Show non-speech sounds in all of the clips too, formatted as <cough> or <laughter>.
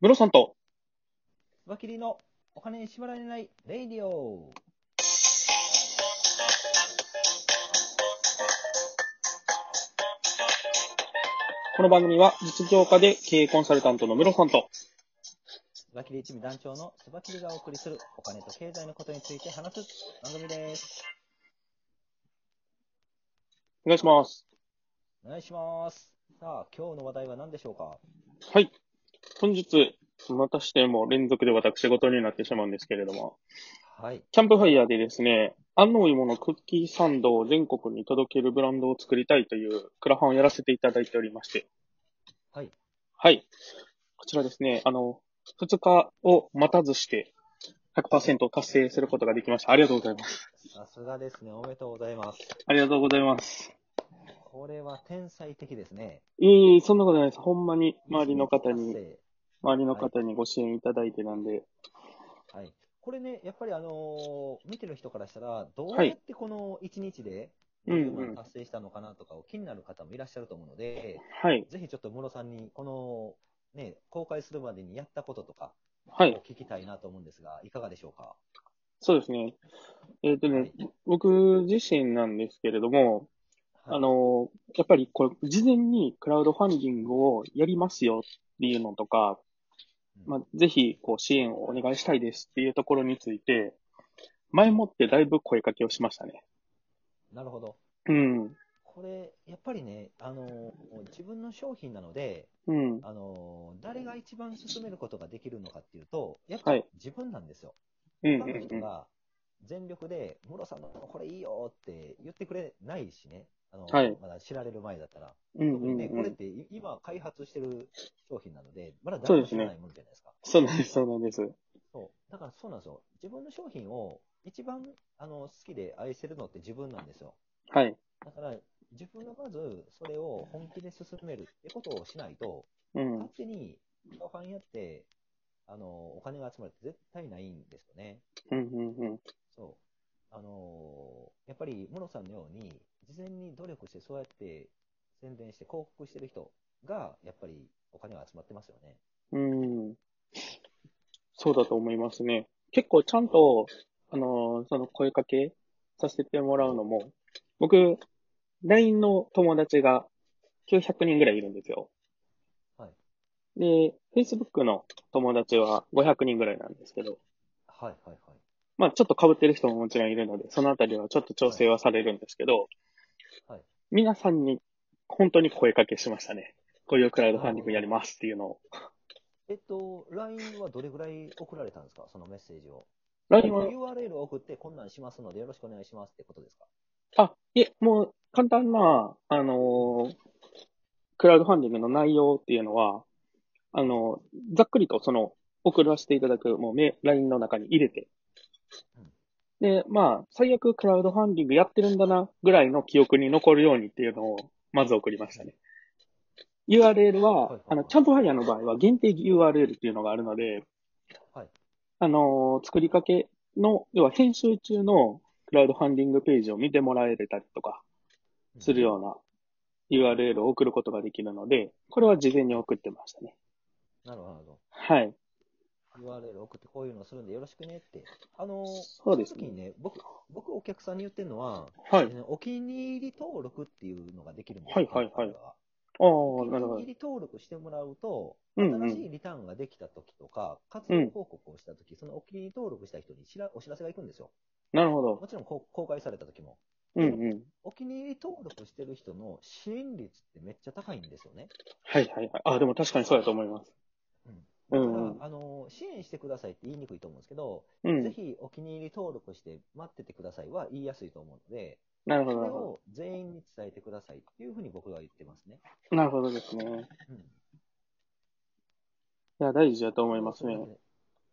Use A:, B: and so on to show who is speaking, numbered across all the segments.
A: ムロさんと、
B: つばきりのお金に縛られないレイディオ。
A: この番組は実業家で経営コンサルタントのムロさんと、
B: つばきり一味団長のつばきりがお送りするお金と経済のことについて話す番組です。
A: お願いします。
B: お願いします。さあ、今日の話題は何でしょうか
A: はい。本日、またしても連続で私事になってしまうんですけれども、
B: はい。
A: キャンプファイヤーでですね、安納芋のクッキーサンドを全国に届けるブランドを作りたいというクラファンをやらせていただいておりまして、
B: はい。
A: はい。こちらですね、あの、2日を待たずして100%達成することができました。ありがとうございます。
B: さすがですね。おめでとうございます。
A: ありがとうございます。
B: これは天才的ですね。
A: いえいえ、そんなことないです。ほんまに周りの方に
B: 達。成
A: 周りの方にご支援いただいてなんで、
B: はい。これね、やっぱりあのー見てる人からしたら、ど
A: は
B: う
A: い
B: やってこの1日で、
A: うんうん、
B: 達成したのかなとかを気になる方もいらっしゃると思うので、
A: はい、
B: ぜひちょっとムロさんに、この、ね、公開するまでにやったこととか、
A: はい、
B: 聞きたいなと思うんですが、いかがでしょうか。
A: そうですね。えっ、と
B: は
A: ね
B: い、
A: 僕自身なんですけれども、
B: はい
A: あ、の、やっぱりこれ、事前にクラウドファンディングをやりますよっていうのとか、
B: うん
A: まあ、ぜひ、こう、支援をお願いしたいですっていうところについて、前もってだいぶ声かけをしましたね。
B: なるほど。
A: うん、
B: これ、やっぱりね、あの、自分の商品なので、
A: うん、
B: あの、誰が一番進めることができるのかっていうと、やっぱ
A: はい
B: り自分なんですよ。
A: うん、うん
B: 他の人
A: うん、
B: が全力で、ムロさんのこれいいよって言ってくれないしね、あの、
A: はい
B: まだ知られる前だったら。
A: うん
B: 特にね、
A: う
B: こ
A: ん、う
B: れっ
A: ん。
B: てい今開発してる商品なので、まだ
A: そうで
B: 誰も
A: す
B: 知
A: ね
B: らないものじゃないですか。
A: そうなんです、そうなんです。
B: そう。だからそうなんですよ。自分の商品を一番あの好きで愛せるのって自分なんですよ。
A: はい、
B: だから、自分がまずそれを本気で進めるってことをしないと、
A: うん
B: 勝、手にクラファンやって、あの、お金が集まるって絶対ないんですよね。
A: うん、うん、うん。
B: そう。あのーやっぱり、ムロさんのように、事前に努力して、そうやって宣伝して広告してる人が、やっぱりお金が集まってますよね。
A: うん。そうだと思いますね。結構ちゃんと、あのーその声かけさせてもらうのも、僕、LINE の友達が900人ぐらいいるんですよ。
B: はい。
A: で、Facebook の友達は500人ぐらいなんですけど、
B: はいはいはい。
A: まあちょっと被ってる人ももちろんいるので、そのあたりはちょっと調整はされるんですけど、
B: はいはい
A: 皆さんに本当に声かけしましたね。こういうクラウドファンディングやりますっていうのを。
B: えっと、LINE はどれぐらい送られたんですかそのメッセージを。
A: LINE は
B: URL を送って、こんなんしますので、よろしくお願いしますってことですか
A: あ、いえ、もう、簡単な、あのークラウドファンディングの内容っていうのは、あのーざっくりとその、送らせていただく、もう、メ、LINE の中に入れて
B: うん。
A: で、まあ、最悪クラウドファンディングやってるんだな、ぐらいの記憶に残るようにっていうのを、まず送りましたね。URL
B: はいは、
A: はいあの、キャンプファイヤーの場合は限定 URL っていうのがあるので、
B: はい。
A: あのー作りかけの、要は編集中のクラウドファンディングページを見てもらえたりとか、するような URL を送ることができるので、これは事前に送ってましたね。
B: うん。なるほどなるほ
A: はい。
B: ど。URL 送って、こういうのするんで、よろしくねって。あのー、
A: そうです
B: の時に
A: ね。
B: ね、僕、僕お客さんに言ってるのは、
A: はい。
B: ねお気に入り登録っていうのができるんです
A: はいはいはい
B: 彼らは
A: ああ、
B: お気
A: なるほど
B: に入。り登録してもらうと、
A: うんう
B: 新し
A: ん。
B: いリターンができた時とか、活動報告をした時、そのお気に入り登録した人に知らお知らせがいくんですよ。
A: なるほど。
B: もちろんこう公開された時も。
A: うんうん。
B: お気に入り登録してる人の支援率ってめっちゃ高いんですよね。
A: はいはいはい。あ、でも確かにそうだと思います。う
B: だから、
A: んうん。
B: あの支援してくださいって言いにくいと思うんですけど、
A: うん
B: ぜ。ひお気に入り登録して待っててくださいは言いやすいと思うので、
A: なるほ
B: そ
A: ど、な
B: れ
A: るほ
B: を全員に伝えてくださいっていうふうに僕は言ってますね。
A: ど。なるほどですね。
B: うん
A: いや、大事だと思いますね。。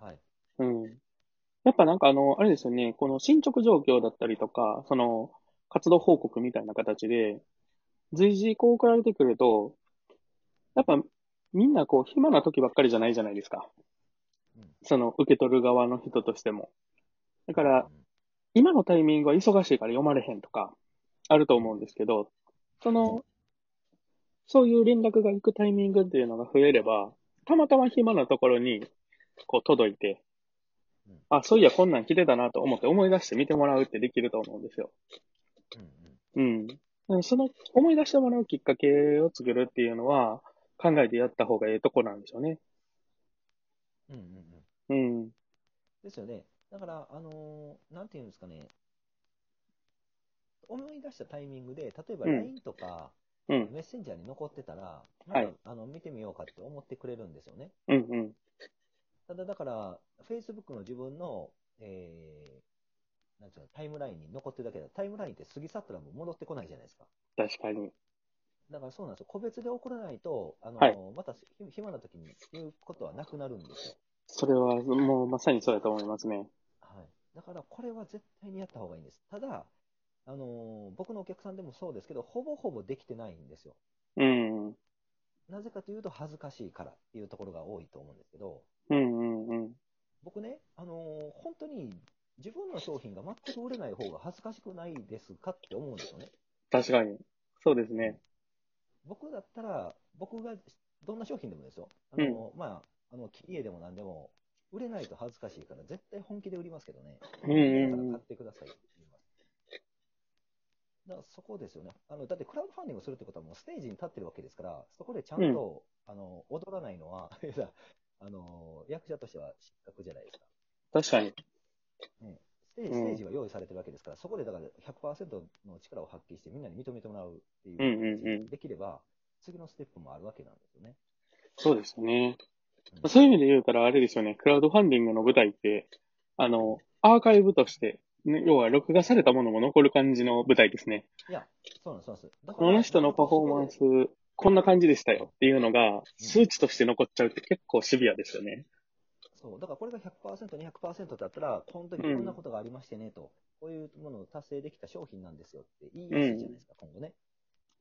B: はい。
A: うん。やっぱなんかあの、あれですよね、この進捗状況だったりとか、その、活動報告みたいな形で、随時こう送られてくると、やっぱみんなこう暇な時ばっかりじゃないじゃないですか。
B: うん
A: その受け取る側の人としても。だから、、今のタイミングは忙しいから読まれへんとか、あると思うんですけど、その、そういう連絡が行くタイミングっていうのが増えれば、たまたま暇なところに、こう届いて
B: うん、
A: あ、そういやこんなん来てたなと思って思い出して見てもらうってできると思うんですよ。
B: うんうん。
A: うん。でもその思い出してもらうきっかけを作るっていうのは、考えてやった方がええとこなんでしょうね。
B: うんうんうん。
A: うん。
B: ですよね。だから、あのーなんていうんですかね。思い出したタイミングで、例えば
A: うん
B: LINE とか、
A: うん。
B: メッセンジャーに残ってたら、
A: はい
B: なんかあの見てみようかって思ってくれるんですよね。
A: うん。うん。
B: ただ、だから、Facebook の自分の、えー、なんていうの、タイムラインに残ってるだけだタイムラインって過ぎ去ったらもう戻ってこないじゃないですか。
A: 確かに。
B: だからそうなんですよ。個別で送らないと、あのー
A: はい
B: またひ暇な時に言うことはなくなるんですよ。
A: それは、もうまさにそうだと思いますね。
B: はい、だからこれは絶対にやった方がいいんです。ただ、あのー僕のお客さんでもそうですけど、ほぼほぼできてないんですよ。
A: うん。うん
B: なぜかというと、恥ずかしいからっていうところが多いと思うんですけど、
A: うんうん。
B: 僕ね、あのー本当に自分の商品が全く売れない方が恥ずかしくないですかって思うんですよね。
A: 確かに。そうですね。
B: 僕だったら、僕がどんな商品でもですよ。あのーまあ、あの、切り絵でも何でも、売れないと恥ずかしいから、絶対本気で売りますけどね。
A: うんうんうん
B: だから買ってくださいって言います。だからそこですよね。あの、だってクラウドファンディングするってことはもうステージに立ってるわけですから、そこでちゃんと、あの、踊らないのは、 <laughs> いやあの、役者としては失格じゃないですか。
A: 確かに。
B: ね、ステージ、
A: うん
B: ステージは用意されてるわけですから、そこでだから100%の力を発揮してみんなに認めてもらうっていう
A: うんうんうん
B: 形にできれば、次のステップもあるわけなんですよね。
A: そうですね。
B: うん
A: そういう意味で言うたら、あれですよね、クラウドファンディングの舞台って、あの、アーカイブとして、ね、要は録画されたものも残る感じの舞台ですね。
B: いや、そうなんです、そうなんです。だか
A: こ
B: ら
A: の人のパフォーマンス、こんな感じでしたよっていうのが、数値として残っちゃうって結構シビアですよね。
B: そう、だからこれが100%、200%だったら、この時こんなことがありましてねと、こういうものを達成できた商品なんですよって言いやすいじゃないですか、今後ね。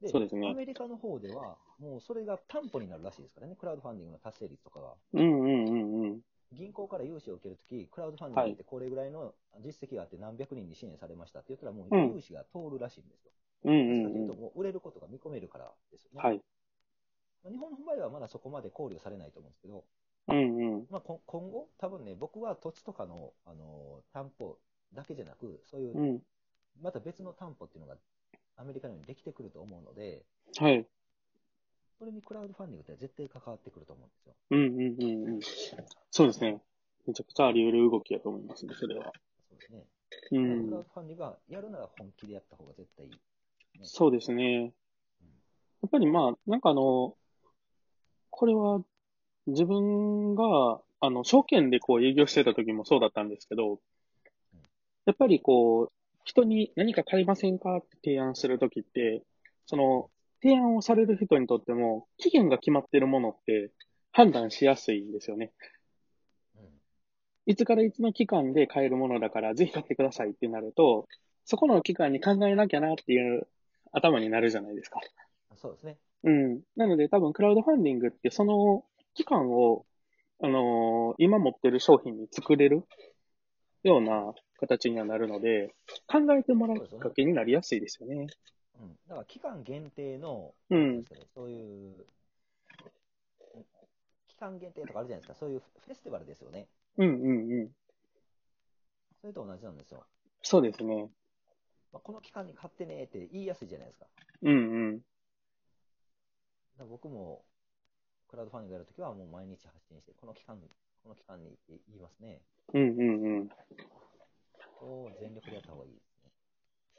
B: で
A: そうですね
B: アメリカの方では、もうそれが担保になるらしいですからね、クラウドファンディングの達成率とかが。
A: うんうんうんうん。
B: 銀行から融資を受けるとき、クラウドファンディングってこれぐらいの実績があって何百人に支援されましたって言ったら、もう
A: うん
B: 融資が通るらしいんですよ。
A: うん
B: なぜ
A: う
B: かという
A: う
B: んと、
A: ん。
B: もう売れることが見込めるからですよね。
A: はい。
B: まあ日本の場合はまだそこまで考慮されないと思うんですけど、
A: うんうん。
B: まあ、こ今後、多分ね、僕は土地とかの、あのー担保だけじゃなく、そういうう、
A: ん。
B: また別の担保っていうのがアメリカのようにできてくると思うので、
A: はい。
B: それにクラウドファンディングって絶対関わってくると思うんですよ。
A: うんうんうんうん。そうですね。めちゃくちゃあり得る動きだと思いますね、それは。
B: そうですね。
A: う
B: だからクラウ
A: ん
B: ド。ファンディングはやるなら本気でやった方が絶対いい。
A: そうですね。やっぱりまあ、なんかあの、これは自分が、あの、証券でこう営業してた時もそうだったんですけど、やっぱりこう、人に何か買いませんかって提案する時って、その、提案をされる人にとっても、期限が決まってるものって判断しやすいんですよね。
B: うん
A: いつからいつの期間で買えるものだから、ぜひ買ってくださいってなると、そこの期間に考えなきゃなっていう頭になるじゃないですか。
B: そうですね。
A: うん。なので多分クラウドファンディングってその期間を、あのー今持ってる商品に作れるような形にはなるので、考えてもらうきっかけになりやすいですよね。
B: うん、だから期間限定の、
A: うん
B: なんですかねそういう、期間限定とかあるじゃないですか、そういうフェスティバルですよね。
A: うんうんうん。
B: それと同じなんですよ。
A: そうですね。
B: まあ、この期間に買ってねーって言いやすいじゃないですか。
A: うんうん。
B: だから僕も、クラウドファンディングやるときは、もう毎日発信して、この期間に、この期間にって言いますね。
A: うんうんうん。
B: を全力でやった方がいいですね。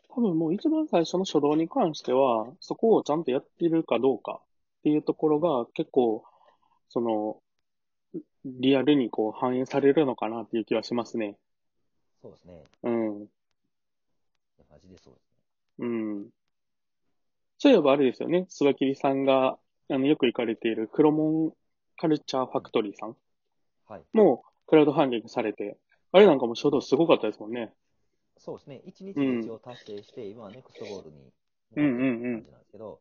A: 多分もう一番最初の初動に関しては、そこをちゃんとやってるかどうかっていうところが結構、その、リアルにこう反映されるのかなっていう気はしますね。
B: そうですね。
A: うん。
B: マジでそうです
A: う
B: ね。
A: ん。そういえばあれですよね。スワキリさんが、あの、よく行かれている黒門カルチャーファクトリーさん
B: はい。
A: もクラウドファンディングされて、あれなんかも初動すごかったですもんね。
B: そうですね。一日で一応達成して、今はネクストゴールに
A: うんうんうん
B: 感じなんですけど、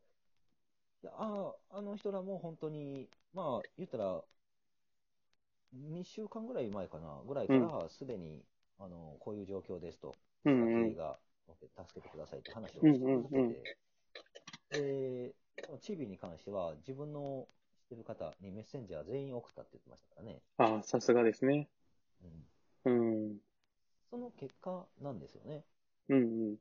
B: いやあーあの人らも本当に、まあ、言ったら、2週間ぐらい前かな、ぐらいから、すでに、あの、こういう状況ですと、
A: うんうん
B: 家が助けてくださいって話をしてくれてて、で、そのチビに関しては、自分のってる方にメッセンジャー全員送ったって言ってましたからね。
A: ああ、さすがですね。
B: うん、
A: うん。
B: その結果なんですよね。
A: うん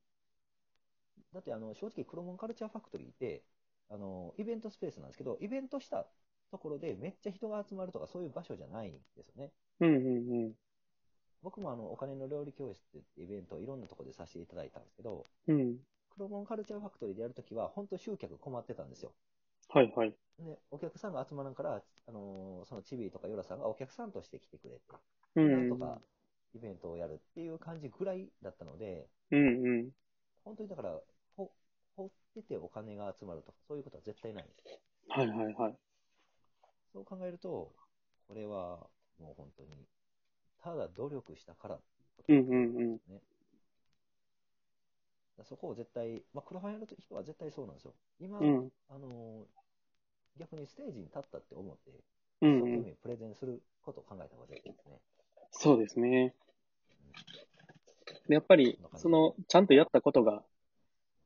B: だってあの正直、クロモンカルチャーファクトリーってあの、イベントスペースなんですけど、イベントしたところでめっちゃ人が集まるとか、そういう場所じゃないんですよね。
A: うん。うんうんうん。
B: 僕もあのお金の料理教室ってイベントをいろんなところでさせていただいたんですけど、
A: うん。
B: クロモンカルチャーファクトリーでやるときは、本当、集客困ってたんですよ。
A: はいはい。
B: で、お客さんが集まらんから、あのそのチビとかヨラさんがお客さんとして来てくれて、
A: う
B: なん
A: ん。
B: とかイベントをやるっていう感じぐらいだったので、
A: うんうん。
B: 本当にだから、ほ放っててお金が集まるとか、そういうことは絶対ない。
A: はいはいはい。
B: そう考えると、これはもう本当に、ただ努力したからっていうこ
A: う
B: とだ
A: ん
B: と
A: う
B: 思うん
A: んうん。
B: ですね。だからそこを絶対、まあ、クラファンやる人は絶対そうなんですよ。今、
A: うん。
B: あのー逆にステージに立ったって思って、
A: う
B: 一
A: ん
B: 生
A: う
B: 懸
A: ん。
B: 命プレゼンすることを考えた方が絶対いいですね。
A: そうですね。でやっぱり、その、ちゃんとやったことが、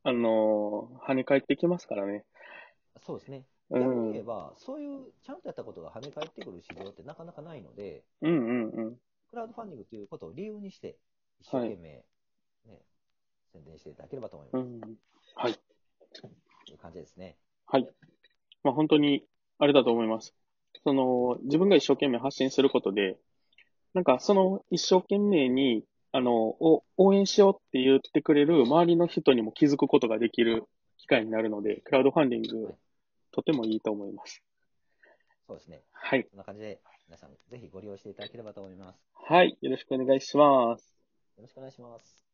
A: あのー跳ね返ってきますからね。
B: そうですね。
A: うん
B: 逆に言えば、そういうちゃんとやったことが跳ね返ってくる市場ってなかなかないので、
A: うんうんうん。
B: クラウドファンディングということを理由にして、一生懸命、ね宣伝していただければと思います。
A: うん。はい。
B: という感じですね。
A: まあ本当に、あれだと思います。その、自分が一生懸命発信することで、なんかその一生懸命に、あの、を応援しようって言ってくれる周りの人にも気づくことができる機会になるので、クラウドファンディング、とてもいいと思います。
B: そうですね。
A: はい。
B: そんな感じで、皆さん、ぜひご利用していただければと思います。
A: はい。よろしくお願いします。
B: よろしくお願いします。